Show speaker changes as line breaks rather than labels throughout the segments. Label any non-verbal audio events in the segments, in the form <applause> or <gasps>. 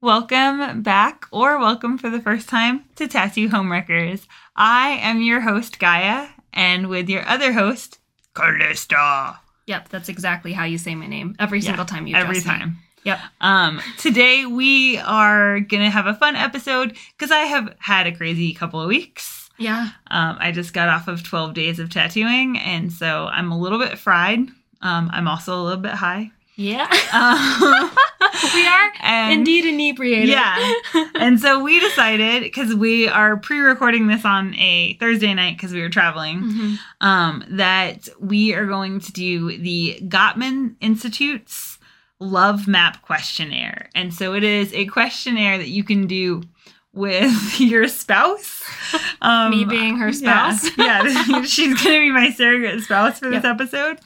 Welcome back, or welcome for the first time to Tattoo Homewreckers. I am your host, Gaia, and with your other host, Callista.
Yep, that's exactly how you say my name every
Yeah,
single time you
Every
address me.
time.
Yep.
Um, today we are gonna have a fun episode because I have had a crazy couple of weeks.
Yeah.
Um, I just got off of 12 days of tattooing, and so I'm a little bit fried. Um, I'm also a little bit high. <laughs>
Yeah.
Um,
<laughs> we are
and-
<laughs> indeed inebriated.
Yeah. and so we decided because we are pre-recording this on a Thursday night because we were traveling,
Mhm.
um, that we are going to do the Gottman Institute's Love Map questionnaire, and so it is a questionnaire that you can do with <laughs> your spouse. Um,
Me being her
yeah.
spouse.
<laughs> Yeah, she's gonna be my surrogate spouse for this
Yep. <laughs>
episode.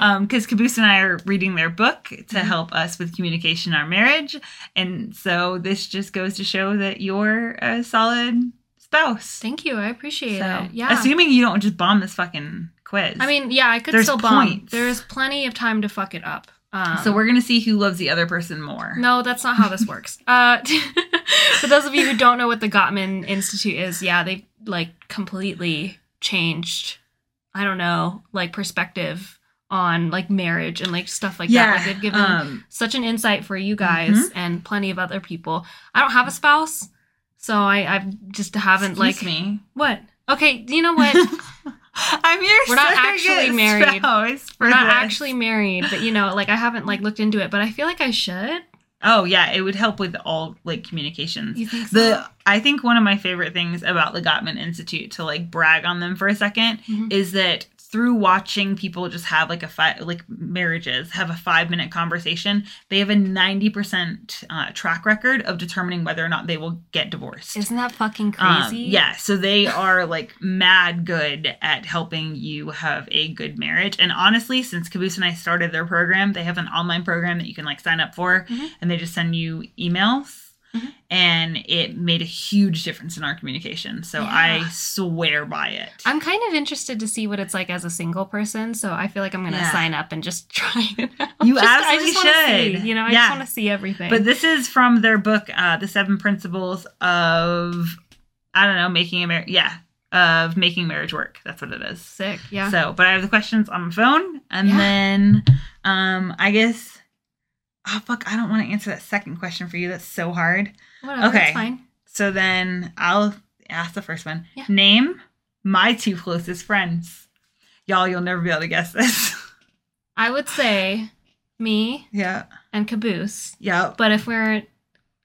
Um, because Caboose and I are reading their book to
Mhm.
help us with communication in our marriage, and so this just goes to show that you're a solid spouse.
Thank you. I appreciate
So,
it. Yeah.
assuming you don't just bomb this fucking quiz.
I mean, yeah, I could
There's
still bomb.
points.
There's plenty of time to fuck it up. Um,
so we're gonna see who loves the other person more.
No, that's not how
<laughs>
this works. Uh, <laughs> for those of you who don't know what the Gottman Institute is, yeah, they like completely changed. I don't know, like perspective on like marriage and like stuff like that. Like they've given
um,
such an insight for you
Mm-hmm.
guys and plenty of other people. I don't have a spouse, so I I just haven't
excuse
like
<laughs> me.
what. Okay, you
<laughs>
know what?
I'm your
We're not
surrogate
actually married.
spouse for
We're not
this.
actually married, but you know, like I haven't like looked into it, but I feel like I should.
Oh yeah, it would help with all like communications.
You think so?
The I think one of my favorite things about the Gottman Institute to like brag on them for a 2nd
Mhm.
is that through watching people just have like a five like marriages have a five minute conversation, they have a ninety percent uh, track record of determining whether or not they will get divorced.
Isn't that fucking
Um,
crazy?
yeah, so they are like mad good at helping you have a good marriage. And honestly, since Caboose and I started their program, they have an online program that you can like sign up for
Mhm.
and they just send you emails.
Mhm.
And it made a huge difference in our communication. So
Yeah.
I swear by it.
I'm kind of interested to see what it's like as a single person, so I feel like I'm gonna
Yeah.
sign up and just <laughs> try it out.
You
Just-
absolutely
wanna
should.
See, you know, I
Yeah.
just want to see everything.
but this is from their book, uh, The Seven Principles of, I don't know, making a marriage. Yeah, of making marriage work. That's what it is.
sick, yeah.
So, but I have the questions on my phone, and
Yeah.
then um, I guess. Oh fuck! I don't want to answer that second question for you. That's so hard.
Whatever,
okay.
it's fine.
So then I'll ask the first one.
Yeah.
Name my two closest friends. Y'all, you'll never be able to guess this. <laughs>
I would say me
yeah.
and Caboose, <laughs>
Yep.
but if we're,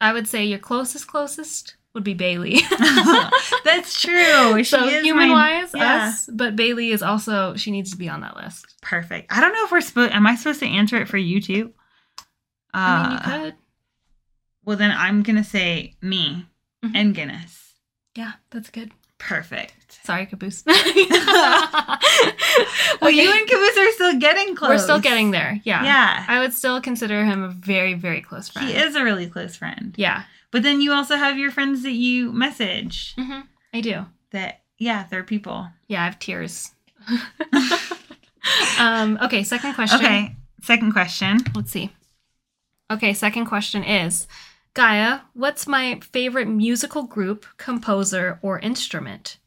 I would say your closest closest would be
<laughs>
Bailey.
<laughs>
<laughs>
That's true. She
so
is
human
my-
wise,
yeah.
us, but Bailey is also she needs to be on that list.
Perfect. I don't know if we're supposed. Am I supposed to answer it for you too? Uh,
I mean, you could.
Well, then I'm gonna say me
Mhm.
and Guinness.
Yeah, that's good.
Perfect. <laughs>
Sorry, Caboose. <laughs>
Well, you
Okay.
and Caboose are still getting close.
We're still getting there. Yeah.
Yeah.
I would still consider him a very, very close friend.
He is a really close friend.
Yeah.
But then you also have your friends that you message
hmm I do.
that, yeah, they're people.
Yeah, I
<laughs>
have tears. <laughs> um, okay, second question.
Okay. Second question.
Let's see. Okay, second question is Gaia, what's my favorite musical group, composer, or instrument?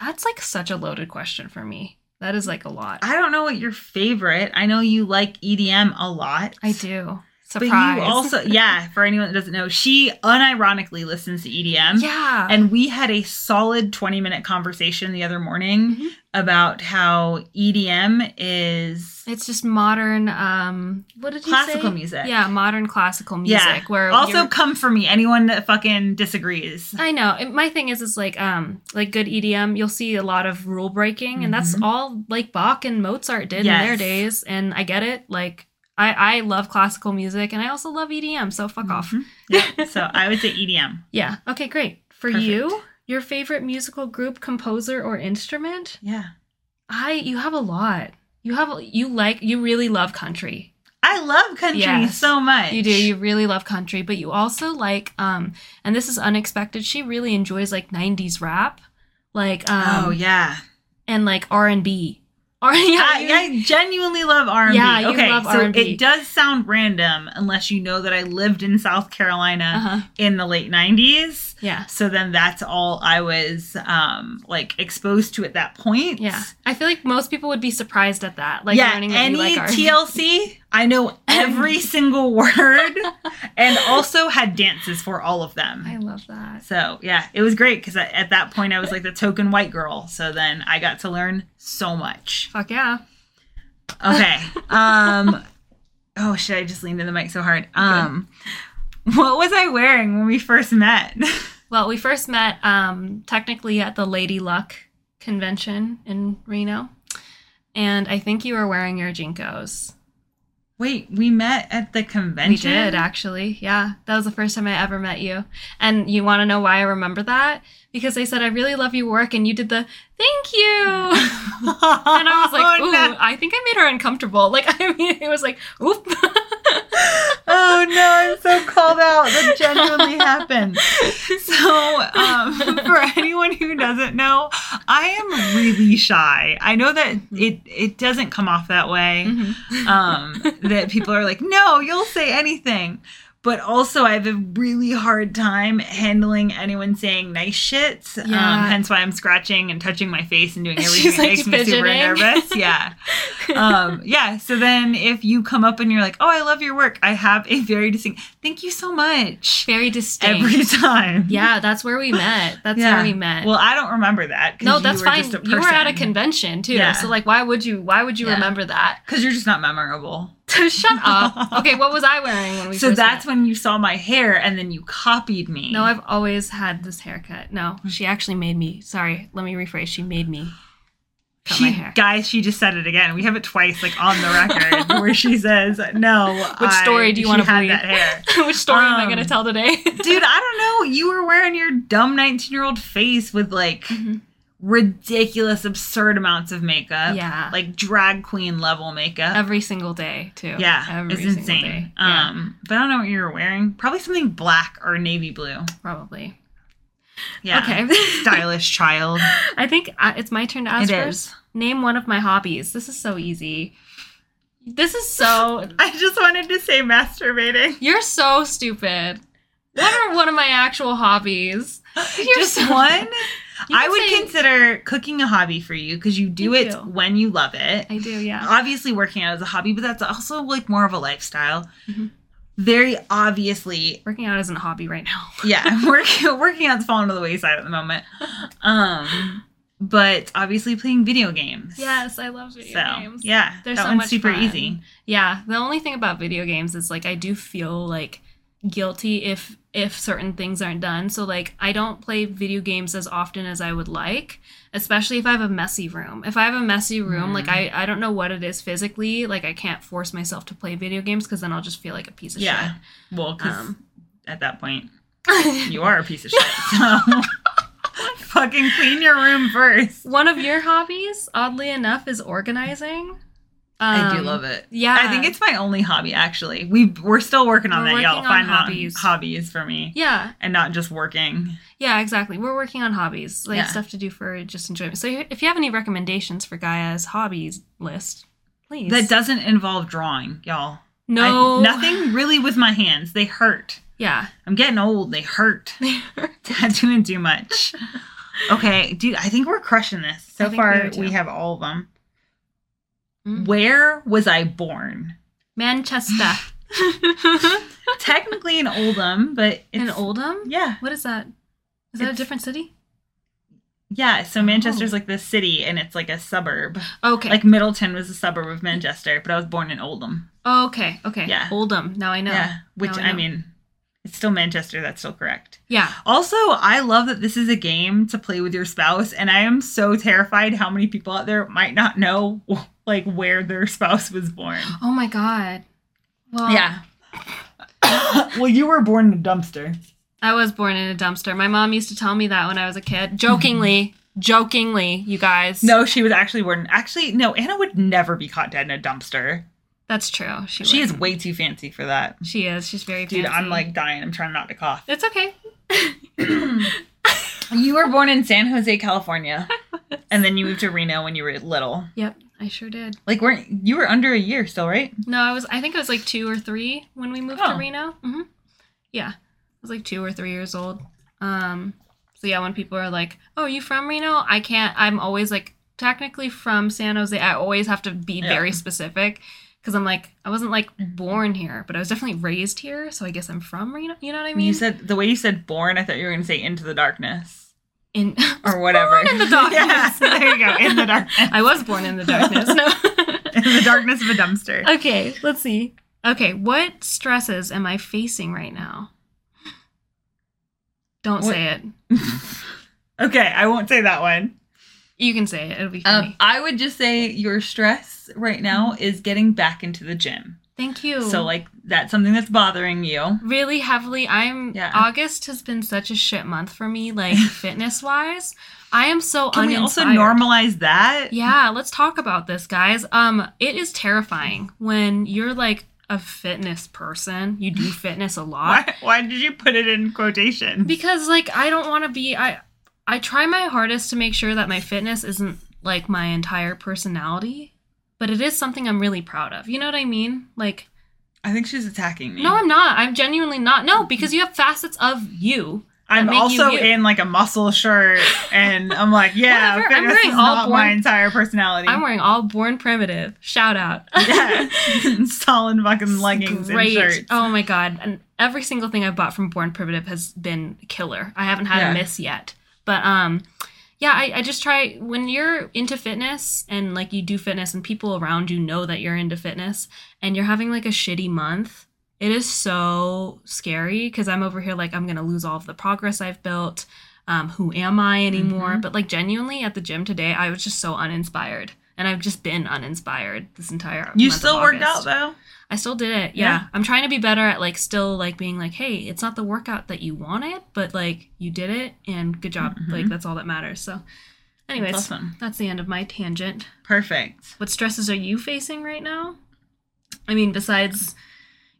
That's like such a loaded question for me. That is like a lot.
I don't know what your favorite. I know you like EDM a lot.
I do.
But
Surprise.
you also,
<laughs>
yeah, for anyone that doesn't know, she unironically listens to EDM.
yeah.
And we had a solid 20 minute conversation the other morning
Mhm.
about how EDM is
It's just modern. Um, what did you
classical
say?
music.
Yeah, modern classical music.
Yeah.
Where
Also,
you're- Mm-hmm.
come for me, anyone that fucking disagrees.
I know. And my thing is, is like, um, like good EDM. You'll see a lot of rule breaking, and that's
Mhm.
all like Bach and Mozart did in their
Yes.
days. And I get it. Like, I I love classical music, and I also love EDM. So fuck off.
Mhm. Yeah. So I would say E EDM.
Yeah. Okay. Great. For
Perfect.
you, your favorite musical group, composer, or instrument?
Yeah.
I you have a lot. You have you like you really love country.
I love country
Yes.
so much.
You do. You really love country, but you also like um and this is unexpected. She really enjoys like 90s rap. Like um
oh yeah.
<laughs> and like R&B. Or yeah,
I,
you-
I genuinely love R&B.
Yeah, you
okay,
love
so
R&B.
it does sound random unless you know that I lived in South Carolina
uh-huh.
in the late 90s.
yeah.
So then that's all I was um like exposed to at that point.
Yeah. I feel like most people would be surprised at that. Like
yeah,
learning that
any
you like R&B.
TLC, I know every single word
<laughs>
and also had dances for all of them.
<laughs> I love that.
So yeah, it was great because at that point I was like the token white girl. So then I got to learn so much.
Fuck yeah.
Okay.
<laughs>
Um. oh shit! I just leaned in the mic so hard. Um. What was I wearing when we first met? <laughs>
Well, we first met um, technically at the Lady Luck convention in Reno. And I think you were wearing your Jinkos.
Wait, we met at the convention.
We did, actually. Yeah. That was the first time I ever met you. And you want to know why I remember that? Because I said, I really love your work. And you did the thank you. <laughs> <laughs> And I was
<laughs>
like,
oh,
ooh,
no.
I think I made her uncomfortable. Like, <laughs> I mean, it was like, oop.
oh no, I'm so called out. That genuinely happened. So, um, <laughs> for anyone who doesn't know, I am really shy. I know that it it doesn't come off that way.
Mhm.
um, that people are like, no, you'll say anything. But also, I have a really hard time handling anyone saying nice shit. Um,
Yeah.
hence why I'm scratching and touching my face and doing everything
<laughs> She's,
that
like,
makes me super
fidgeting.
nervous.
<laughs>
Yeah. um, yeah. So then, if you come up and you're like, oh, I love your work, I have a very distinct, thank you so much
Very distinct.
every time.
yeah, that's where we met. That's
Yeah.
where we met.
Well, I don't remember that. 'cause
no,
you
that's
were
fine.
just a
You were at a
person.
convention too,
Yeah.
so like, why would you? Why would you
Yeah.
remember that?
<laughs> 'Cause you're just not memorable.
<laughs> Shut
<laughs>
up. Okay, what was I wearing when we?
So
first
that's
met?
when you saw my hair and then you copied me.
No, I've always had this haircut. No, she actually made me. Sorry, let me rephrase. She made me cut
she,
my hair.
Guys, she just said it again. We have it twice, like on the record,
<laughs>
where she says, "No."
Which
I-
story do
she
you wanna
had
believe?"
That hair,
<laughs> Which story am I gonna
Um,
tell today? <laughs>
dude. I don't know. You were wearing your dumb nineteen-year-old face with like
Mm-hmm.
ridiculous, absurd amounts of makeup.
Yeah.
like drag queen level makeup.
Every single day too.
yeah,
every
it's
single
insane.
day. Yeah,
Um, but I don't know what you were wearing. Probably something black or navy blue.
probably.
Yeah. <laughs>
Okay.
Stylish
<laughs>
child.
I think uh, it's my turn to ask
It
first.
is.
Name one of my hobbies. This is so easy. This is so.
I just wanted to say masturbating.
You're so stupid. What are one of my actual hobbies? You're
just
so- <laughs>
one.
You
I
can
would
say-
consider cooking a hobby for you because you do
Thank
it
you.
when you love it.
I do, yeah.
Obviously, working out is a hobby, but that's also like more of a lifestyle.
Mhm.
Very obviously,
Working out isn't a hobby right now.
yeah, <laughs> working working out's fallen to the wayside at the moment. Um, but obviously, playing video games.
Yes, I love video
so
games. Yeah.
yeah,
They're
that
so
one's
much
super
fun.
easy.
the only thing about video games is like I do feel like guilty if if certain things aren't done. So like I don't play video games as often as I would like, especially if I have a messy room. If I have a messy room,
Mm.
like I I don't know what it is physically, like I can't force myself to play video games cuz then I'll just feel like a piece of
Yeah, well,
shit.
because
Um
at that point, you are a piece of shit. So <laughs> fucking clean your room first.
<laughs> One of your hobbies, oddly enough, is organizing. Um,
I do love it.
Yeah,
I think it's my only hobby actually. We we're still working on
Uh, We're
that, y'all.
working on
Find out
hobbies.
hobbies for me.
yeah,
And not just working.
yeah, exactly. We're working on hobbies, like
Yeah.
stuff to do for just enjoyment. So if you have any recommendations for Gaia's hobbies list, please.
That doesn't involve drawing, y'all. I-
no
nothing really with my hands. They hurt.
<laughs> Yeah, <laughs> Mm.
I'm getting old. They hurt. <laughs> I'm doing too
<laughs>
much. Okay, dude, I think we're crushing this.
I
So
think we
far,
are, too.
we have all of them.
Mm.
Where was I
<laughs>
born? <laughs>
Manchester
Technically in Oldham, but it's
in Oldham.
Yeah.
What is that? Is that a
It's-
different city?
Yeah, so
Oh.
Manchester's like the city and it's like a suburb.
Okay.
Like Middleton was a suburb of Manchester, but I was born in Oldham.
okay. Okay.
Yeah.
Oldham. Now I know.
Yeah, which
Now
I,
know.
mean, it's still Manchester. That's still correct.
Yeah.
Also, I love that this is a game to play with your spouse, and I am so terrified how many people out there might not know <laughs> like where their spouse was born.
Oh my god. Well,
<coughs> well, you were born in a dumpster.
I was born in a dumpster. My mom used to tell me that when I was a
<laughs>
kid, jokingly, jokingly, you guys.
No, she was actually born. Actually, no, Anna would never be caught dead in a dumpster.
that's true. She,
She is
wouldn't.
way too fancy for that.
She is. She's very.
Dude,
fancy.
I'm like dying. I'm trying not to cough.
It's okay.
<clears throat> You were born in San Jose, California, and then you moved to Reno when you were little.
Yep. I sure did.
Like, weren't you were under a year still, right?
No, I was. I think I was like two or three when we moved to
Oh.
Reno. hmm Yeah, I was like two or three years old. Um, so yeah, when people are like, "Oh, are you from Reno?" I can't. I'm always like, technically from San Jose. I always have to be
Yeah.
very specific because I'm like, I wasn't like born here, but I was definitely raised here. So I guess I'm from Reno. You know what I mean?
you said the way you said born, I thought you were going to say into the darkness
in <laughs>
or whatever.
born in the darkness.
<laughs> Yeah, there you go, in the darkness.
I was born in the darkness. No.
in <laughs> the darkness of a
<laughs>
dumpster.
okay, let's see. Okay, what stresses am I facing right now? Don't
What-
say it.
okay, I won't say that one.
You can say it. It'll be funny.
Um, I would just say your stress right now
Mm-hmm.
is getting back into the gym.
Thank you.
So like that's something that's bothering you.
really heavily. I'm
Yeah.
August has been such a shit month for
<laughs>
me, like fitness wise. I am so
Can we
uninspired.
also normalize that?
Yeah, let's talk about this, guys. Um, it is terrifying when you're like a fitness person. You do fitness a lot.
Why, why did you put it in quotation?
because like i don't want to be i i try my hardest to make sure that my fitness isn't like my entire personality but it is something i'm really proud of you know what i mean like
I think she's attacking me.
no i'm not i'm genuinely not no because you have facets of you
I'm
make you
also
you.
in like a muscle shirt, and I'm like, yeah,
Whatever, I'm
fitness
wearing
is
all
not
born-
my entire personality.
i'm wearing all born primitive shout out
<laughs>
<laughs>
yeah, <laughs> solid fucking leggings
Great.
and shirts.
oh my god and every single thing i've bought from born primitive has been killer i haven't had a
Yeah.
miss yet but um yeah I, I just try when you're into fitness and like you do fitness and people around you know that you're into fitness and you're having like a shitty month it is so scary because i'm over here like i'm gonna lose all of the progress i've built um, who am i anymore
Mhm.
but like genuinely at the gym today i was just so uninspired and i've just been uninspired this entire
You
month of
still worked
August.
out though.
I still did it. Yeah.
Yeah.
I'm trying to be better at like still like being like, hey, it's not the workout that you wanted, but like you did it and good job.
Mhm.
Like that's all that matters. So, anyways, that's,
awesome.
the end of my tangent.
Perfect.
What stresses are you facing right now? I mean, besides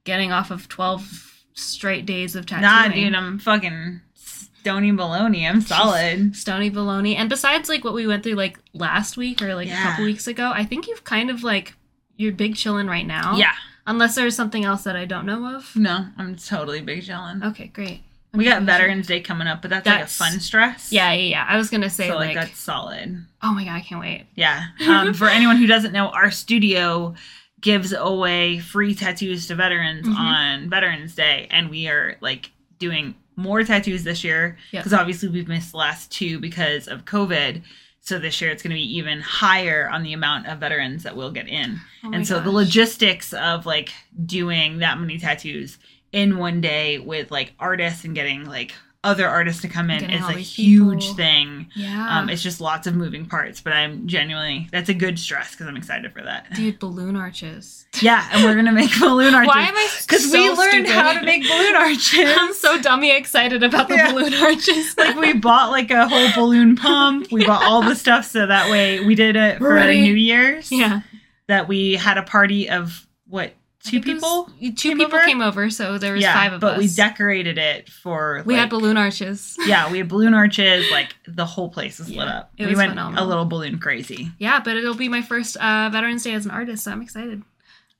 getting off of 12 straight days of tattooing.
Nah, dude, I'm fucking stony baloney. I'm solid.
Stony baloney. And besides like what we went through like last week or like a
Yeah.
couple weeks ago, I think you've kind of like you're big chillin' right now.
Yeah,
Unless there's something else that I don't know of.
no, I'm totally big chillin'.
Okay, great.
We got
Okay.
Veterans Day coming up, but that's,
That's-
like a fun stress.
Yeah, yeah, yeah. I was gonna say
so
like,
like, that's solid.
oh my god, I can't wait. <laughs>
Yeah. Um, for anyone who doesn't know, our studio gives away free tattoos to veterans
Mhm.
on Veterans Day, and we are like doing more tattoos this year
Yep.
because obviously we've missed the last two because of COVID. So this year it's going to be even higher on the amount of veterans that we'll get in.
Oh my
and so the
gosh.
logistics of like doing that many tattoos in one day with like artists and getting like other artists to come in
Getting
is
all
a
these
huge
people.
thing.
yeah,
Um, it's just lots of moving parts, but I'm genuinely that's a good stress because I'm excited for that.
dude, balloon arches.
<laughs> Yeah, and we're gonna make <laughs> balloon arches.
Why am
<laughs>
I?
Because
so
we learned
stupid?
how to make
<laughs>
balloon arches.
I'm so dummy excited about the
Yeah.
balloon arches.
like we bought like a whole balloon pump. We bought all the stuff so that way we did it for
Right.
New Year's.
<laughs> yeah,
that we had a party of what
I
two
think it
people?
was- two
came
people
over?
came over, so there was five of
but
us.
we decorated it for.
we had
like-
balloon arches. <laughs>
Yeah, we had balloon arches. Like the whole place was lit
Yeah,
up.
it
we
was
went a
phenomenal.
little balloon crazy.
Yeah, but it'll be my first uh, Veterans Day as an artist, so I'm excited.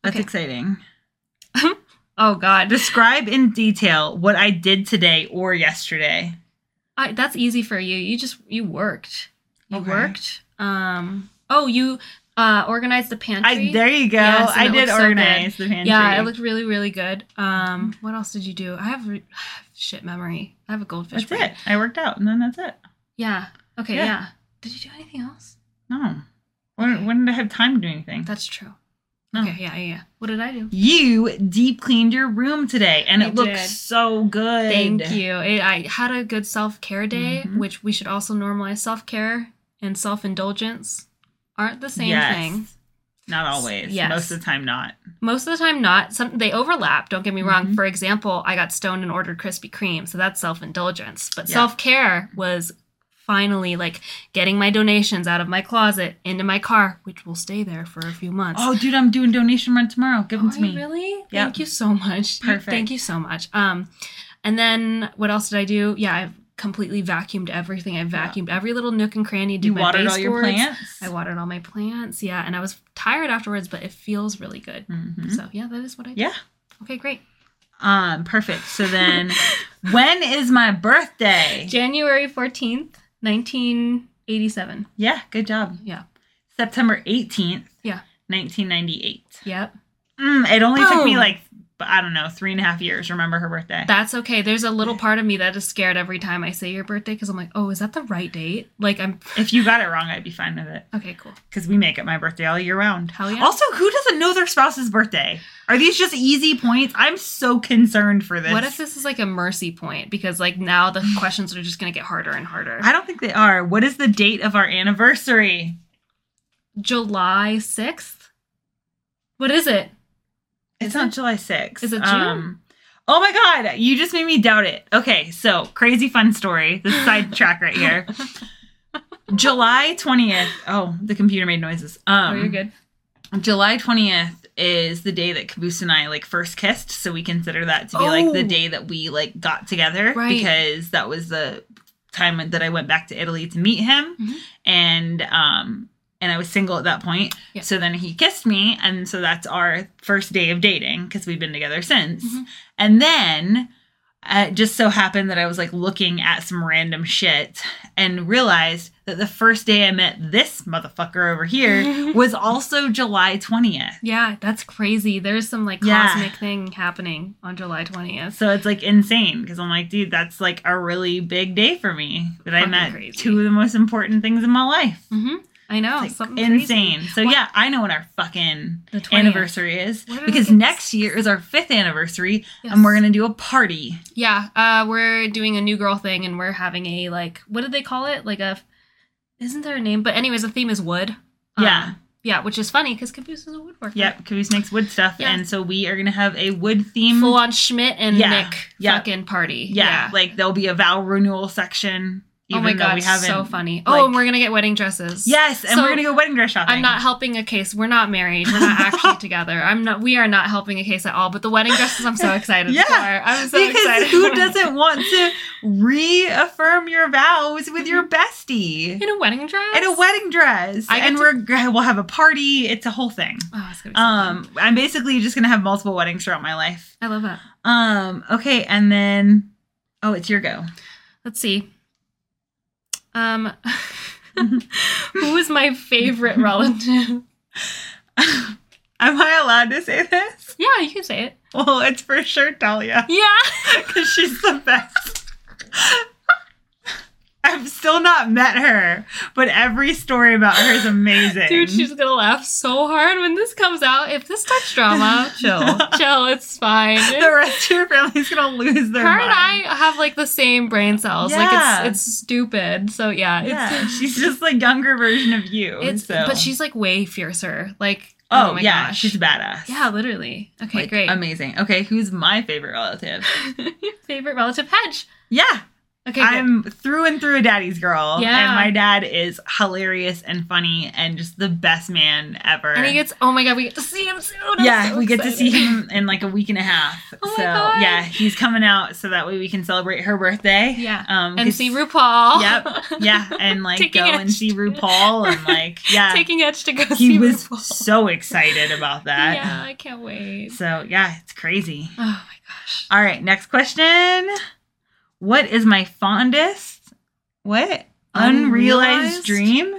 That's
Okay.
exciting.
Oh God,
Describe in detail what I did today or yesterday.
I, that's easy for you. You just you worked. You
Okay.
worked. Um. Oh, you uh organized the pantry.
I there you go.
Yes, and
I
it
did
looks so
organize the pantry.
Yeah, it looked really, really good. Um, what else did you do? I have <sighs> re- shit memory. I have a goldfish.
That's
brain.
it. I worked out, and then that's it.
Yeah. Okay. Yeah.
Yeah.
Did you do anything else?
No, when, when did I have time to do anything?
That's true.
No.
Okay. Yeah. Yeah. yeah. What did I do?
You deep cleaned your room today, and
I
it looks
did.
so good.
Thank you. It, I had a good self care day,
Mhm.
which we should also normalize. Self care and self indulgence aren't the same
Yes.
thing.
Not always.
Yes.
Most of the time, not.
Most of the time, not. Some they overlap. Don't get me wrong.
Mhm.
For example, I got stoned and ordered Krispy Kreme, so that's self indulgence. But
Yeah.
self care was finally like getting my donations out of my closet into my car, which will stay there for a few months.
Oh, dude, I'm doing donation run tomorrow. Give them
Are
to
you
me.
really?
Yeah.
Thank you so much.
Perfect.
Thank you so much. Um, and then what else did I do? Yeah, I completely vacuumed everything. I vacuumed every little nook and cranny. Did
You
my
watered all your
baseboards.
plants.
I watered all my plants. Yeah, and I was tired afterwards, but it feels really good.
Mhm.
So yeah, that is what I. did.
Yeah.
Okay, great.
Um, perfect. So then, <laughs> when is my <laughs> birthday?
January fourteenth, nineteen eighty-seven.
Yeah, good job.
Yeah.
September 18th.
Yeah.
1998.
Yep.
Mm, it only took me
Boom.
like, I don't know, three and a half years to remember her birthday.
That's okay. There's a little part of me that is scared every time I say your birthday because I'm like, oh, is that the right date? Like I'm. <laughs>
if you got it wrong, I'd be fine with it
Okay, cool.
because we make it my birthday all year round.
Hell yeah.
Also, who doesn't know their spouse's birthday? Are these just easy points? I'm so concerned for this.
What if this is like a mercy point? Because like
<sighs>
now the questions are just gonna get harder and harder.
I don't think they are. What is the date of our anniversary?
July sixth. What is it?
It's
Is it?
not July 6th.
Is it June?
oh my God, you just made me doubt it. Okay, so crazy fun story. This is sidetrack right
<laughs>
here. July 20th. Oh, the computer made noises. Um,
oh, you're good.
July 20th is the day that Caboose and I like first kissed, so we consider that to be like the
Oh.
day that we like got together
Right.
because that was the time that I went back to Italy to meet him
Mhm.
and um and I was single at that point.
Yeah.
So then he kissed me and so that's our first day of dating because we've been together since.
Mhm.
And then uh, it just so happened that I was like looking at some random shit and realized that the first day I met this motherfucker over
<laughs>
here was also July 20th.
Yeah, that's crazy. There's some like
Yeah.
cosmic thing happening on July 20th.
So it's like insane because I'm like, dude, that's like a really big day for me that I
Fucking
met
crazy.
two of the most important things in my life.
hmm I know.
Like,
something
insane. So
Wow.
yeah, I know when our fucking
Crazy. The 20th.
anniversary is
What are
because
the-
next year is our fifth anniversary
Yes.
and we're gonna do a party.
Yeah, uh, we're doing a new girl thing, and we're having a like, what did they call it? Like a, isn't there a name? But anyways, the theme is wood. Um,
Yeah.
yeah, which is funny because Caboose is a woodworker.
Yep, Caboose makes wood stuff,
Yeah.
and so we are gonna have a wood themed
Full on Schmidt and
Yeah,
Nick
yeah.
fucking party.
yeah, like there'll be a vow renewal section.
oh my
though
god,
we haven't-
so funny.
like-
oh, and we're gonna get wedding dresses.
Yes, and
So-
we're gonna go wedding dress shopping.
I'm not <laughs> helping a case. We're not married. We're not
<laughs>
actually together. I'm not. We are not helping a case at all. But the wedding dresses, I'm
<laughs>
so excited
Yeah,
for. I'm so
because
excited.
who doesn't want to reaffirm your vows with your
Mm-hmm.
bestie
in a wedding dress?
in a wedding dress?
I get
and
to-
we're g- we'll have a party. It's a whole thing.
Oh, it's gonna be so fun.
Um, I'm basically just gonna have multiple weddings throughout my life.
I love that.
Um, okay, and then oh, it's your go.
Let's see. Um, <laughs> who is my
<laughs>
favorite relative?
Am I allowed to say this?
Yeah, you can say it.
Well, it's for sure Talia <laughs>
Yeah. <laughs>
because she's the best. <laughs> I've still not met her, but every story about her is amazing.
Dude,
<laughs>
she's gonna laugh so hard when this comes out. If this touch
<laughs>
drama, chill, chill. It's fine.
the rest of your family's gonna lose their
her
mind.
and I have like the same brain cells.
Yeah.
Like it's it's stupid. So yeah,
yeah,
it's
she's just the younger version of you.
it's
so.
but she's like way fiercer. Like
oh,
oh, my
yeah,
gosh,
she's badass.
yeah, literally. Okay,
Like,
great.
amazing. Okay, who's my favorite relative?
<laughs> Favorite relative hedge.
Yeah,
Okay, good.
I'm through and through a daddy's girl,
Yeah.
and my dad is hilarious and funny and just the best man ever.
and he gets. Oh my god, we get to see him soon. I'm
yeah,
so
we get to see
excited.
him in like a week and a half.
<laughs> Oh my
so
God.
yeah, he's coming out so that way we can celebrate her birthday.
Yeah.
um,
<laughs> and
'cause-
see RuPaul.
Yep.
<laughs>
Yeah, and like
Taking
go
a-
and see RuPaul
<laughs>
and like yeah,
Taking Edge to go
he
see
was
RuPaul. <laughs>
so excited about that.
Yeah, I can't wait.
So yeah, it's crazy.
Oh my gosh.
All right, next question. What is my fondest what unrealized
Unrealized?
dream?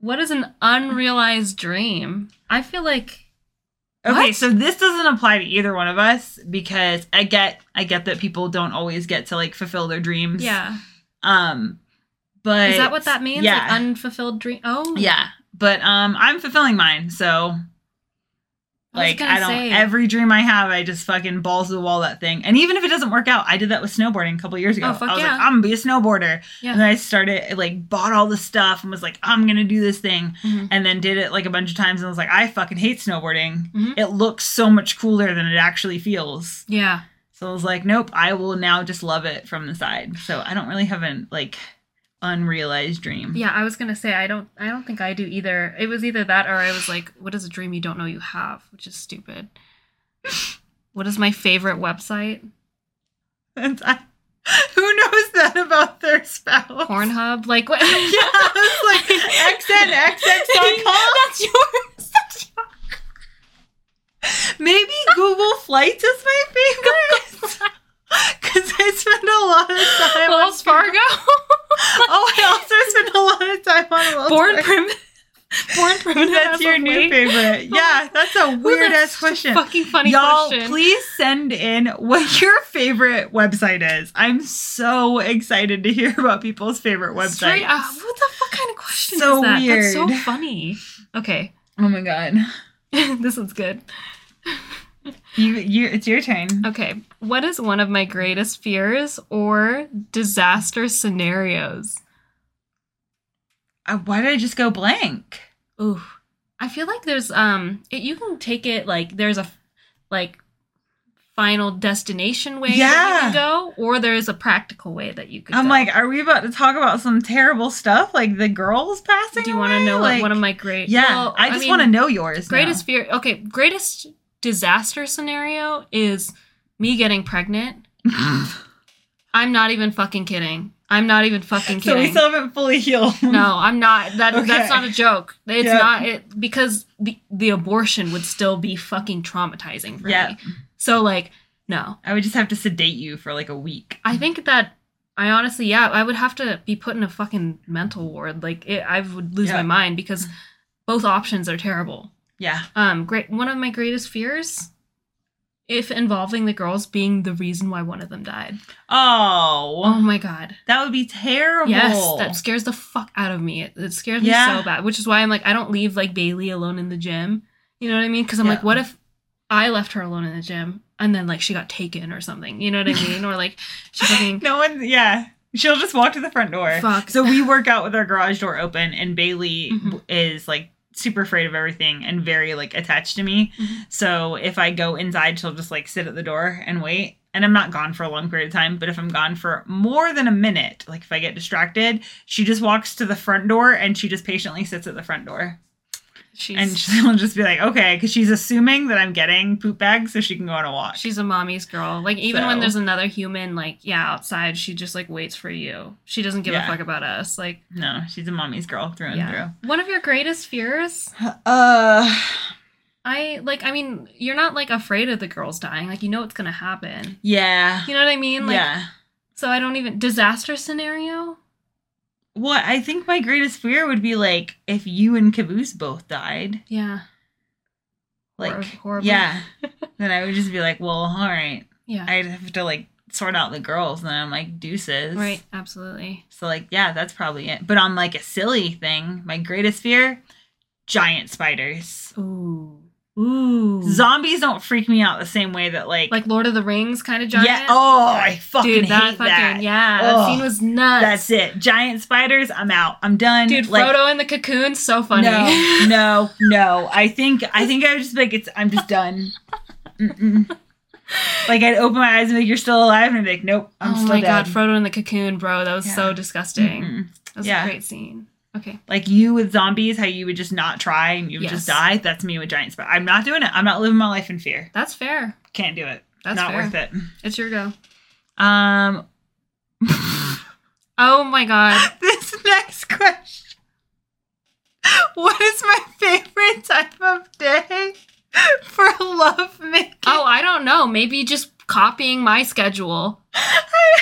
What is an unrealized dream? I feel like
Okay,
What?
so this doesn't apply to either one of us because I get I get that people don't always get to like fulfill their dreams.
yeah.
Um but
Is that what that means?
Yeah.
Like unfulfilled dream. Oh.
yeah. But um I'm fulfilling mine, so
I was
like
gonna
I don't
say.
every dream I have, I just fucking balls to the wall that thing. And even if it doesn't work out, I did that with snowboarding a couple years ago.
Oh, fuck
I was
yeah.
like, I'm gonna be a snowboarder.
Yeah.
And then I started like bought all the stuff and was like, I'm gonna do this thing.
Mhm.
And then did it like a bunch of times and was like, I fucking hate snowboarding.
Mhm.
It looks so much cooler than it actually feels.
Yeah.
So I was like, nope, I will now just love it from the side. So I don't really have an like unrealized dream. <laughs>
Yeah, I was gonna say I don't I don't think I do either. It was either that or I was like, what is a dream you don't know you have? Which is stupid. What is my favorite website?
That's- I- <laughs> Who knows that about their spouse? <laughs>
Pornhub, like <laughs> what?
yeah, it's like
<laughs>
xnxx.com.
That's yours. That's yours.
Maybe Google Flights is my favorite. <laughs> Because I spend a lot of time on.
Wells Fargo.
Oh, I also spend a lot of time on <laughs> Wells
Born
Fargo.
primitive. Born primitive.
<laughs> That's your new
<laughs>
favorite. Yeah, that's a weird ass question.
Fucking funny
Y'all,
question.
please send in what <laughs> your favorite website is. I'm so excited to hear <laughs> about people's favorite websites.
Straight up. What the fuck kind of question
So
is that? That's so
weird.
funny. Okay, <laughs>
Oh my god,
this one's good.
you, you, it's your turn.
Okay, what is one of my greatest fears or disaster scenarios?
Uh, why did I just go blank?
Ooh, I feel like there's um, it, you can take it like there's a like final destination way that you can go, or there's a practical way that you could.
I'm
go.
like, are we about to talk about some terrible stuff, like the girls passing?
do you
want to
know what one of my great?
Yeah,
well,
I just
mean,
want to know yours. now.
Greatest fear. Okay, greatest disaster scenario is me getting
<laughs>
pregnant. I'm not even fucking kidding. I'm not even fucking
so we
kidding.
still haven't fully <laughs> healed.
no, I'm not. That
Okay.
that's not a joke. It's
Yeah.
not it because the the abortion would still be fucking traumatizing for
Yeah.
me. So like, no.
I would just have to sedate you for like a week.
I think that I honestly, yeah, I would have to be put in a fucking mental ward. Like, it, I would lose
Yeah.
my mind because both options are terrible.
Yeah.
Um, great. One of my greatest fears, if involving the girls being the reason why one of them died.
Oh,
Oh my god.
that would be terrible.
Yes, that scares the fuck out of me. It, it scares me
Yeah.
so bad, which is why I'm like, I don't leave like Bailey alone in the gym. You know what I mean? Because I'm like,
Yeah.
what if I left her alone in the gym and then like she got taken or something? You know
<laughs>
what I mean? or like she fucking
no one. Yeah, she'll just walk to the front door.
fuck.
So we work out with our garage door open, and Bailey
Mhm.
w- is like super afraid of everything and very like attached to me.
Mhm.
So if I go inside, she'll just like sit at the door and wait. And I'm not gone for a long period of time, but if I'm gone for more than a minute, like if I get distracted, she just walks to the front door and she just patiently sits at the front door.
She's
And <laughs> she'll just be like, okay, because she's assuming that I'm getting poop bags so she can go on a walk.
She's a mommy's girl. Like even when
So-
there's another human, like yeah, outside, she just like waits for you. She doesn't give a
Yeah.
fuck about us. Like
No, she's a mommy's girl through and
yeah. One of your greatest fears,
through. Uh,
I like. I mean, you're not like afraid of the girls dying. Like you know what's gonna happen.
yeah,
You know what I mean? Like
yeah.
so I don't even disaster scenario.
Well, I think my greatest fear would be like if you and Caboose both died,
Yeah.
like
Hor- horribly. <laughs>
yeah, then I would just be like, well, all right,
Yeah.
I'd have to like sort out the girls, and then I'm like deuces,
right. Absolutely.
So like, yeah, that's probably it. But on like a silly thing, my greatest fear, giant spiders.
Ooh. Ooh.
Zombies don't freak me out the same way that like,
like Lord of the Rings kind of giant.
yeah, oh, I fucking
Dude, that
hate
fucking
that.
yeah. that
Ugh.
scene was nuts.
That's it. Giant spiders. I'm out. I'm done.
Dude, Frodo in the cocoon, so funny.
No, no, no. I think I think I would just be like it's. I'm just done. Mm-mm. Like I'd open my eyes and be like, "You're still alive," and I'd be like, "Nope, <laughs> I'm
<laughs> oh
still
my
dead."
god, Frodo in the cocoon, bro. That was so
Yeah.
disgusting.
Mm-mm.
That was
Yeah.
a great scene. Okay.
Like you with zombies, how you would just not try and you would just
Yes.
die. That's me with giant spiders. I'm not doing it. I'm not living my life in fear.
That's fair.
Can't do it.
That's
not
fair.
worth it.
It's your go.
Um,
Oh my god.
<laughs> this next question. What is my favorite type of day for love making?
Oh, I don't know. Maybe just copying my schedule.
<laughs>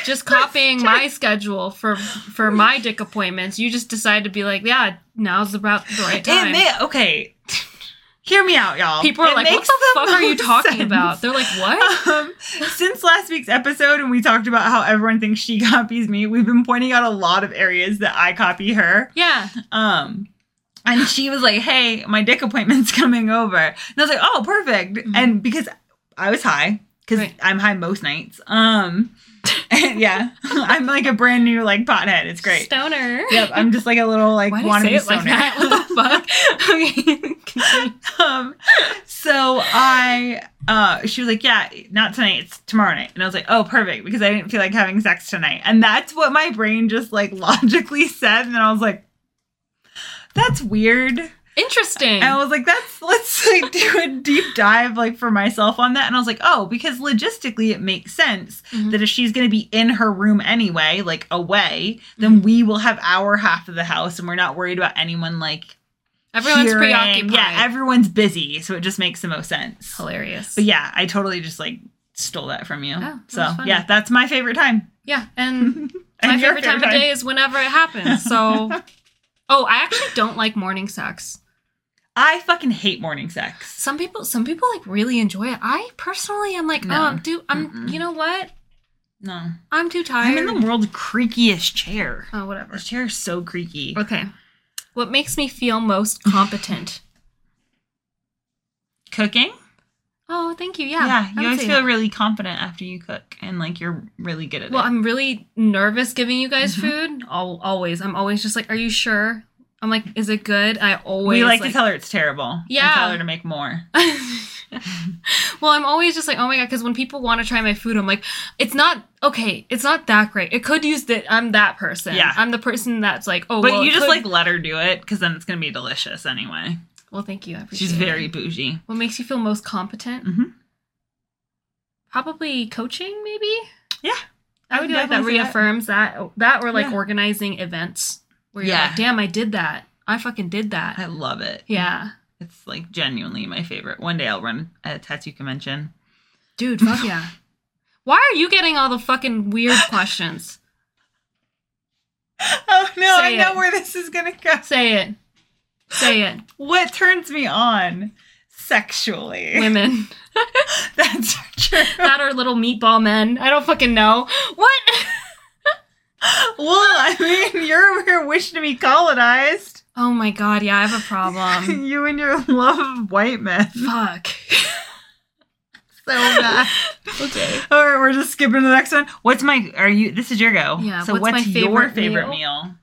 Just copying my schedule for for my dick appointments. You just decide to be like, yeah, now's about the right
It
time.
may okay. Hear me out, y'all.
People are
It
like, what
makes
the fuck are you
most
talking
sense.
about? They're like, what?
<laughs> Um, since last week's episode, and we talked about how everyone thinks she <laughs> copies me, we've been pointing out a lot of areas that I copy her.
Yeah.
Um, and she was like, "Hey, my dick appointment's <laughs> coming over," and I was like, "Oh, perfect!"
Mhm.
And because I was high, because
Right.
I'm high most nights. Um, <laughs> and yeah, <laughs> I'm like a brand new like pothead. It's great.
Stoner.
Yep, I'm just like a little like
Why do you
wannabe
say it like
stoner. <laughs>
that? What the fuck? okay. continue.
um, so I, uh, she was like, yeah, not tonight, it's tomorrow night. And I was like, oh, perfect, because I didn't feel like having sex tonight. And that's what <laughs> my brain just like logically said. And then I was like, that's weird.
Interesting.
And I was like, that's <laughs> let's like do a deep dive like for myself on that. And I was like, oh, because logistically it makes sense
Mhm.
that if she's gonna be in her room anyway, like away, then
Mhm.
we will have our half of the house and we're not worried about anyone like
Everyone's
hearing-
preoccupied.
Yeah, everyone's busy, so it just makes the most sense.
Hilarious.
But yeah, I totally just like stole that from you.
Oh, that
so
was funny.
yeah, that's my favorite
<laughs>
time.
Yeah,
<laughs>
and
And
my
your
favorite time of day is whenever it happens.
<laughs>
So, oh, I actually don't like morning sex.
I fucking hate morning sex.
Some people, some people like really enjoy it. I personally, I'm like,
No.
um, dude, I'm,
Mm-mm.
you know what?
No.
I'm too
I'm
tired.
in the world's creakiest chair.
oh, whatever.
This chair is so creaky.
Okay. What makes me feel
<laughs>
most competent?
Cooking?
oh, thank you. Yeah.
Yeah,
I would
you always
say
feel
that.
really confident after you cook and like you're really good at
Well,
it.
I'm really nervous giving you guys
Mhm.
food. Al always. I'm always just like, are you sure? I'm like, is it good? I always
we like, to tell her it's terrible. And
Yeah.
tell her to make more.
<laughs> well, I'm always just like, oh my god, because when people want to try my food, I'm like, it's not okay. It's not that great. It could use that. I'm that person.
Yeah.
I'm the person that's like, oh,
but
well,
you
it
just
could-
like let her do it because then it's going to be delicious anyway.
Well, thank you. I appreciate
She's very
It.
bougie.
What makes you feel most competent?
Mhm.
Probably coaching, maybe.
Yeah. I
I, would
would
feel like that
definitely say that.
reaffirms that. that or like
Yeah.
organizing events where you're
Yeah.
like, damn, I did that. I fucking did that.
I love it.
yeah.
It's like genuinely my favorite. One day I'll run a tattoo convention.
Dude, fuck yeah. Why are you getting all the fucking weird questions?
<laughs> Oh no,
Say it.
where this is going to go.
Say it. Say it.
What turns me on sexually?
Women.
<laughs> That's true.
that are little meatball men. I don't fucking know. What?
<laughs> Well, I mean, you're, you're wishing to be colonized.
Oh my god, yeah, I have a problem.
<laughs> you and your love of white men.
Fuck. <laughs>
So bad.
Okay.
<laughs> All right, we're just skipping to the next one. What's my? Are you? This is your go.
Yeah,
So
what's
what's,
my
your
favorite
favorite meal?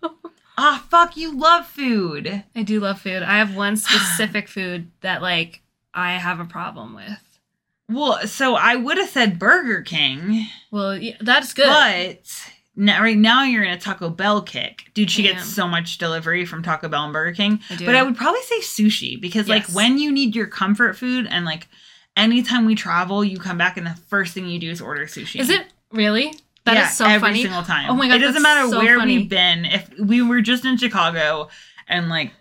Ah, fuck! You love food.
I do love food. I have
<gasps>
one specific food that like I have a problem with.
Well, so I would have said Burger King,
Well, yeah, that's good.
but now, right now you're in a Taco Bell kick, dude. She
I
gets
am.
so much delivery from Taco Bell and Burger King.
I do.
But I would probably say sushi because, like,
Yes.
when you need your comfort food and like. Anytime we travel, you come back and the first thing you do is order sushi.
Is it really? That is
Yeah,
so
every
funny.
single time.
Oh my God,
It doesn't
that's
matter
so
where
funny.
we've been. If we were just in Chicago and like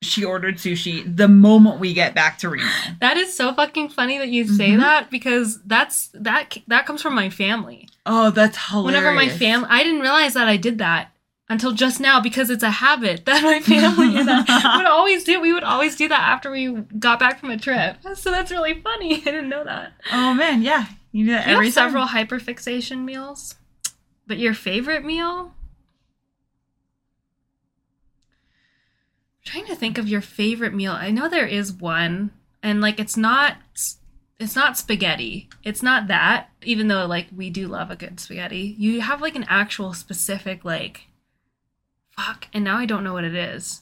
she ordered sushi the moment we get back to Reno.
That is so fucking funny that you say
Mhm.
that because that's that that comes from my family.
Oh, that's hilarious.
Whenever my family, I didn't realize that I did that until just now because it's a habit that my <laughs> family and
<laughs>
I would always do. We would always do that after we got back from a trip. So that's really funny. <laughs> I didn't know that.
Oh man, yeah. You do that
You
every
have
time.
several hyperfixation meals, but your favorite meal? I'm trying to think of your favorite meal. I know there is one, and like it's not it's not spaghetti. It's not that, even though like we do love a good spaghetti. You have like an actual specific like fuck, and now I don't know what it is.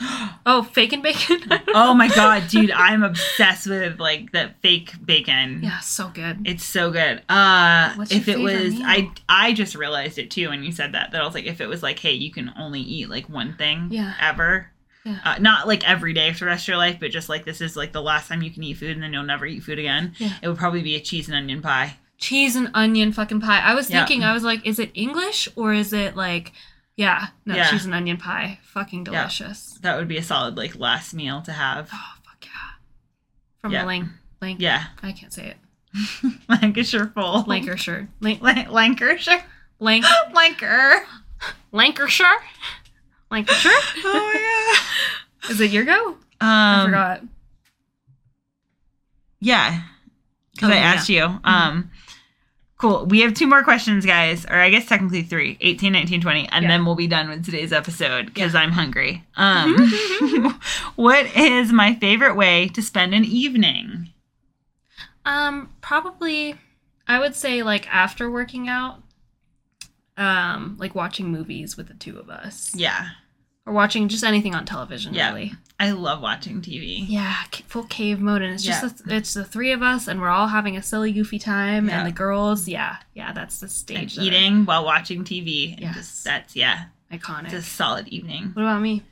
<gasps> Oh, fake and bacon. <laughs>
Oh my god, dude, I'm obsessed with like that fake bacon.
Yeah, so good.
It's so good. Uh
What's
if it
your favorite
was
meal?
I I just realized it too when you said that that I was like if it was like hey, you can only eat like one thing
Yeah.
ever.
Yeah.
Uh, not like every day for the rest of your life, but just like this is like the last time you can eat food and then you'll never eat food again.
Yeah.
It would probably be a cheese and onion pie.
cheese and onion fucking pie. I was
Yeah.
thinking, I was like, is it English or is it like, yeah, no,
Yeah.
cheese and onion pie, fucking
Yeah.
delicious.
That would be a solid like last meal to have.
Oh fuck yeah, from
Yeah.
Link, Link.
Yeah. <laughs>
I can't say it.
Lancashire full.
Lancashire,
<laughs>
Lank,
Lan- Lancashire. <laughs>
Lank, <laughs>
Lanker.
Lancashire, Lancashire.
Oh
Is it your go?
my god.
I
Um,
forgot.
Yeah. Because
Oh,
I
yeah.
asked you. Um, cool. We have two more questions, guys, or I guess technically three 18, 19, 20, and
Yeah.
then we'll be done with today's episode because I'm hungry. Um, <laughs> what is my favorite way to spend an evening?
Um, probably, I would say like after working out, um, like watching movies with the two of us,
Yeah.
or watching just anything on television,
Yeah.
really.
I love watching TV.
Yeah, c- full cave mode, and it's just
Yeah.
the, it's the three of us, and we're all having a silly, goofy time,
Yeah.
and the girls, yeah, yeah, that's the stage.
And
that I'm-
eating while watching TV. And
Yes.
just that's yeah,
iconic.
it's a solid evening.
what about me?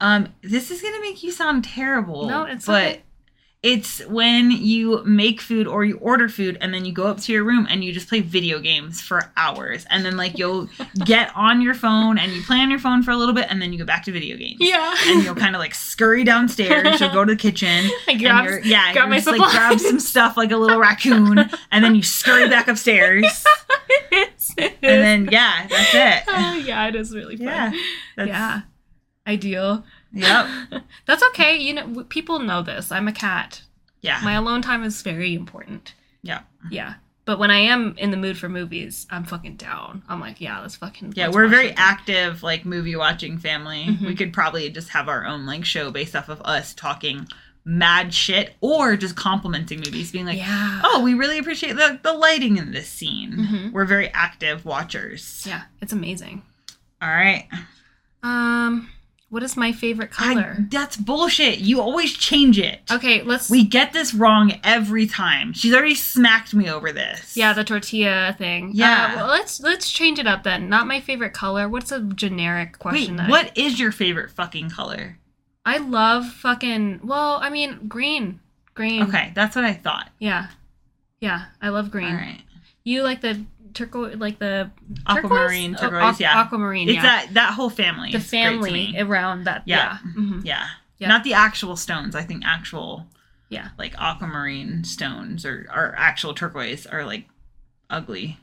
Um, this is gonna make you sound terrible.
No, it's
Oh, but
okay. <laughs>
it's when you make food or you order food and then you go up to your room and you just play video games for hours and then like
<laughs>
you'll get on your phone and you play on your phone for a little bit and then you go back to video games.
Yeah.
And you'll kind of like scurry downstairs. You'll go to the
<laughs>
kitchen.
I
<laughs> and
grab-
you're- yeah,
grab
you're
my
just, like grab
supplies.
some stuff like a
<laughs>
little raccoon, and then you scurry back upstairs,
and
<laughs> and then yeah, that's it.
<laughs> oh, yeah, it is really fun.
Yeah, That's,
yeah. Ideal.
Yep.
<laughs> That's okay. You know, w- people know this. I'm a cat.
Yeah.
My alone time is very important.
yeah.
Yeah. But when I am in the mood for movies, I'm fucking down. I'm like, yeah, let's fucking.
Yeah,
let's
we're a
watch
very
something.
active, like movie watching family.
Mhm.
We could probably just have our own like show based off of us talking mad shit or just complimenting movies, being like,
yeah.
"Oh, we really appreciate the the lighting in this scene."
Mhm.
We're very active watchers.
Yeah, it's amazing.
All right,
Um, what is my favorite
I,
color?
that's bullshit. You always change it.
okay, let's.
We get this wrong every time. She's already smacked me over this.
yeah, the tortilla thing.
Yeah.
Uh, well, let's let's change it up then. Not my favorite color. What's a generic
Wait,
question? that I-
what is your favorite fucking color?
I love fucking. Well, I mean, green. Green.
Okay, that's what I thought.
Yeah. Yeah, I love green.
All right.
You like the turquoise, like the turquoise?
Aquamarine,
Oh,
turquoise,
aqu-
yeah.
Aquamarine,
It's
yeah.
that that whole family.
the
is great to
family
me.
around that. Yeah.
Yeah.
Yeah. Mhm.
Yeah.
Yeah.
Not the actual stones. I think actual
Yeah.
like aquamarine stones or, or actual turquoise are like ugly.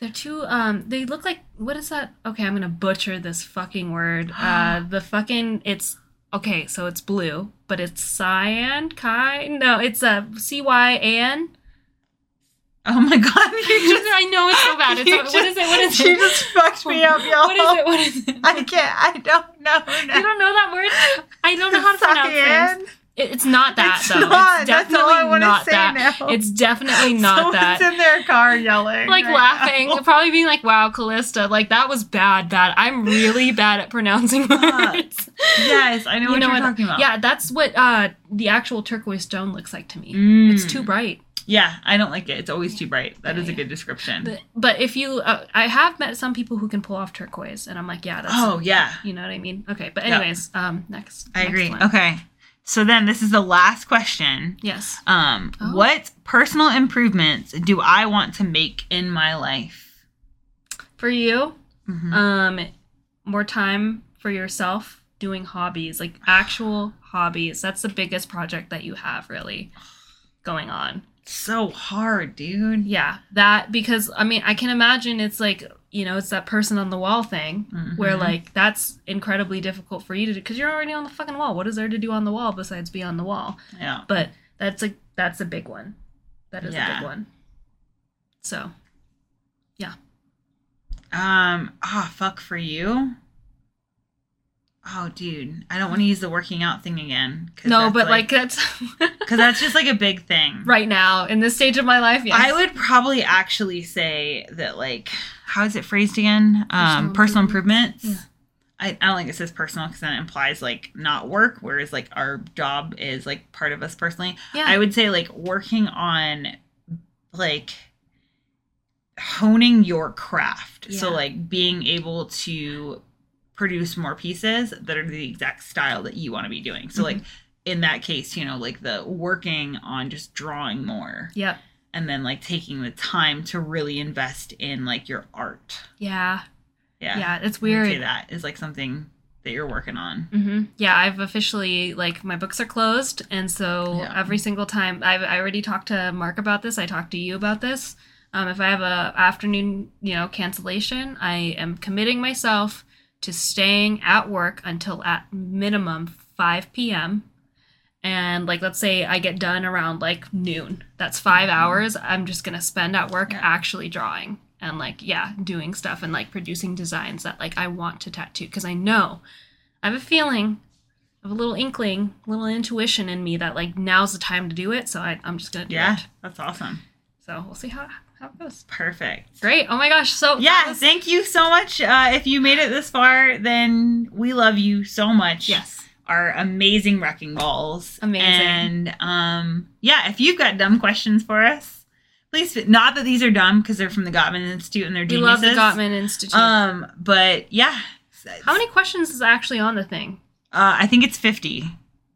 They're too. Um, they look like what is that? Okay, I'm gonna butcher this fucking word. <gasps> Uh, the fucking it's okay. So it's blue, but it's cyan. Kai? No, it's a C Y A <laughs> N.
Oh my <laughs> god, you
<laughs>
just
I know it's so bad. It's,
you
what is it? What is
just- You
it?
just fucked me up, y'all.
<laughs> What is it? What is it?
I can't I don't know.
You don't know that word? I don't know how to pronounce things.
Cyan?
It, it's not that
It's
though.
not.
It's
That's
definitely
all I wanna
not
say
that.
now.
It's <laughs> definitely not
<laughs> Someone's
that.
in their car yelling.
like
right
laughing,
now.
probably being like, "Wow, Callista, like that was bad, bad." I'm really bad at pronouncing
Fuck. <laughs>
words.
<laughs> Yes, I know what you're talking about.
Yeah, that's what uh, the actual turquoise stone looks like to me.
Mm.
It's too bright.
Yeah, I don't like it. It's always too bright. That is a
Yeah, yeah.
good description.
But, but if you, uh, I have met some people who can pull off turquoise, and I'm like, yeah, that's.
oh yeah.
You know what I mean? Okay, but
Yeah.
anyways, um, next.
I
next
agree.
one.
Okay. So then this is the last question.
Yes.
Um,
Oh.
what personal improvements do I want to make in my life?
For you,
Mhm.
um, more time for yourself doing hobbies, like actual hobbies. That's the biggest project that you have really going on.
so hard, dude.
Yeah, that because I mean, I can imagine it's like, you know, it's that person on the wall thing where
Mhm.
like that's incredibly difficult for you to do because you're already on the fucking wall. What is there to do on the wall besides be on the wall?
Yeah.
But that's like that's a big one. That is a
Yeah.
big one. So,
Um. Ah, fuck for you. Oh, dude, I don't want to use the working out thing again.
no, but like, that's <laughs>
because that's just like a big thing.
right now in this stage of my life. Yes.
I would probably actually say that like how is it phrased again? Um,
Personal
personal improvements.
improvements.
I, I don't think it says personal because then it implies like not work, whereas like our job is like part of us personally.
yeah.
I would say like working on like honing your craft. So
Yeah.
like being able to produce more pieces that are the exact style that you want to be doing. So
Mm-hmm.
like in that case, you know, like the working on just drawing more
Yep.
and then like taking the time to really invest in like your art.
Yeah.
Yeah.
Yeah. it's
I would Say
weird.
that is like something that you're working on.
hmm Yeah, I've officially like my books are closed, and so
Yeah.
every single time I've I already talked to Mark about this. I talked to you about this. Um, if I have a afternoon, you know, cancellation, I am committing myself to staying at work until at minimum five p.m. And like, let's say I get done around like noon. That's 5
Mhm.
hours. I'm just gonna spend at work
Yeah.
actually drawing and like yeah, doing stuff and like producing designs that like I want to tattoo because I know I have a feeling, I have a little inkling, little intuition in me that like now's the time to do it. So I, I'm just gonna do
Yeah.
it.
That's awesome.
So we'll see how how it goes.
Perfect.
Great. Oh my gosh. So that
yeah
was-
thank you so much uh, if you made it this far then we love you so much
yes.
our amazing wrecking balls
Amazing.
and um yeah if you've got dumb questions for us please not that these are dumb because they're from the gottman institute and they're
We
geniuses Uh,
love the Gottman Institute.
um but yeah
how many questions is actually on the thing?
Uh, I think it's 50.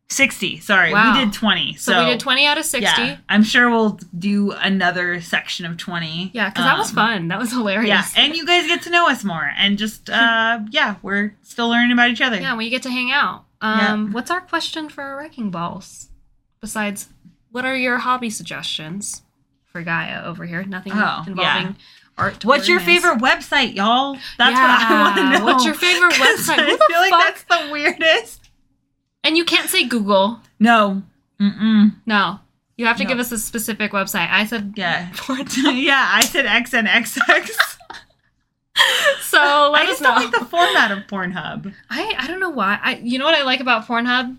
60, sorry.
Wow.
We did 20. So,
So, we did 20 out of 60.
Yeah, I'm sure we'll do another section of 20.
Yeah, because that was
Um,
fun. That was hilarious.
Yeah, and you guys get to know us more. And just,
<laughs>
uh, yeah, we're still learning about each other.
Yeah, we get to hang out.
Yeah.
Um, What's our question for our wrecking balls? Besides, what are your hobby suggestions for Gaia over here? Nothing
Oh,
involving
yeah.
art.
What's your
awareness.
favorite website, y'all? That's what I want
Yeah,
to know.
What's your favorite
<laughs> 'Cause
website?
I
Who
feel
the
like
fuck?
that's
<laughs>
the weirdest.
And you can't say Google.
No. Mm-mm. <laughs>
No, you have to
No.
give us a specific website. I said <laughs>
Yeah. yeah, I said X and XX.
so. <laughs>
<laughs> I
Let us
just
know.
don't like the format of Pornhub.
I I don't know why. I you know what I like about Pornhub?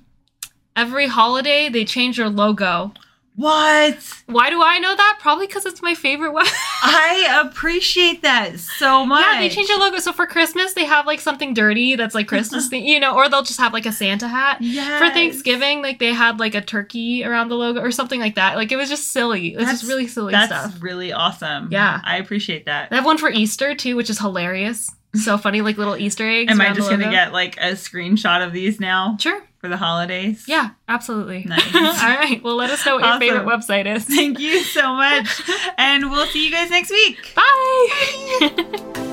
Every holiday they change their logo.
What?
Why do I know that? Probably because it's my favorite <laughs> one.
I appreciate that so much.
Yeah, they change their logo. So for Christmas, they have like something dirty that's
<laughs>
like Christmas thing, you know, or they'll just have like a Santa hat.
Yes.
For Thanksgiving, like they had like a turkey around the logo or something like that. Like it was just silly. It was just
That's-
really silly
That's
stuff.
really awesome.
Yeah.
I appreciate that.
They have one for Easter too, which is hilarious.
<laughs>
So funny, like little Easter eggs.
Am I
around the
just going to
logo.
get like a screenshot of these now
Sure.
for the holidays? <laughs>
Yeah, absolutely.
Nice.
<laughs> All right. Well, let us know what your
Awesome.
favorite website
<laughs>
is. <laughs>
Thank you so much. and we'll see you guys next week.
Bye.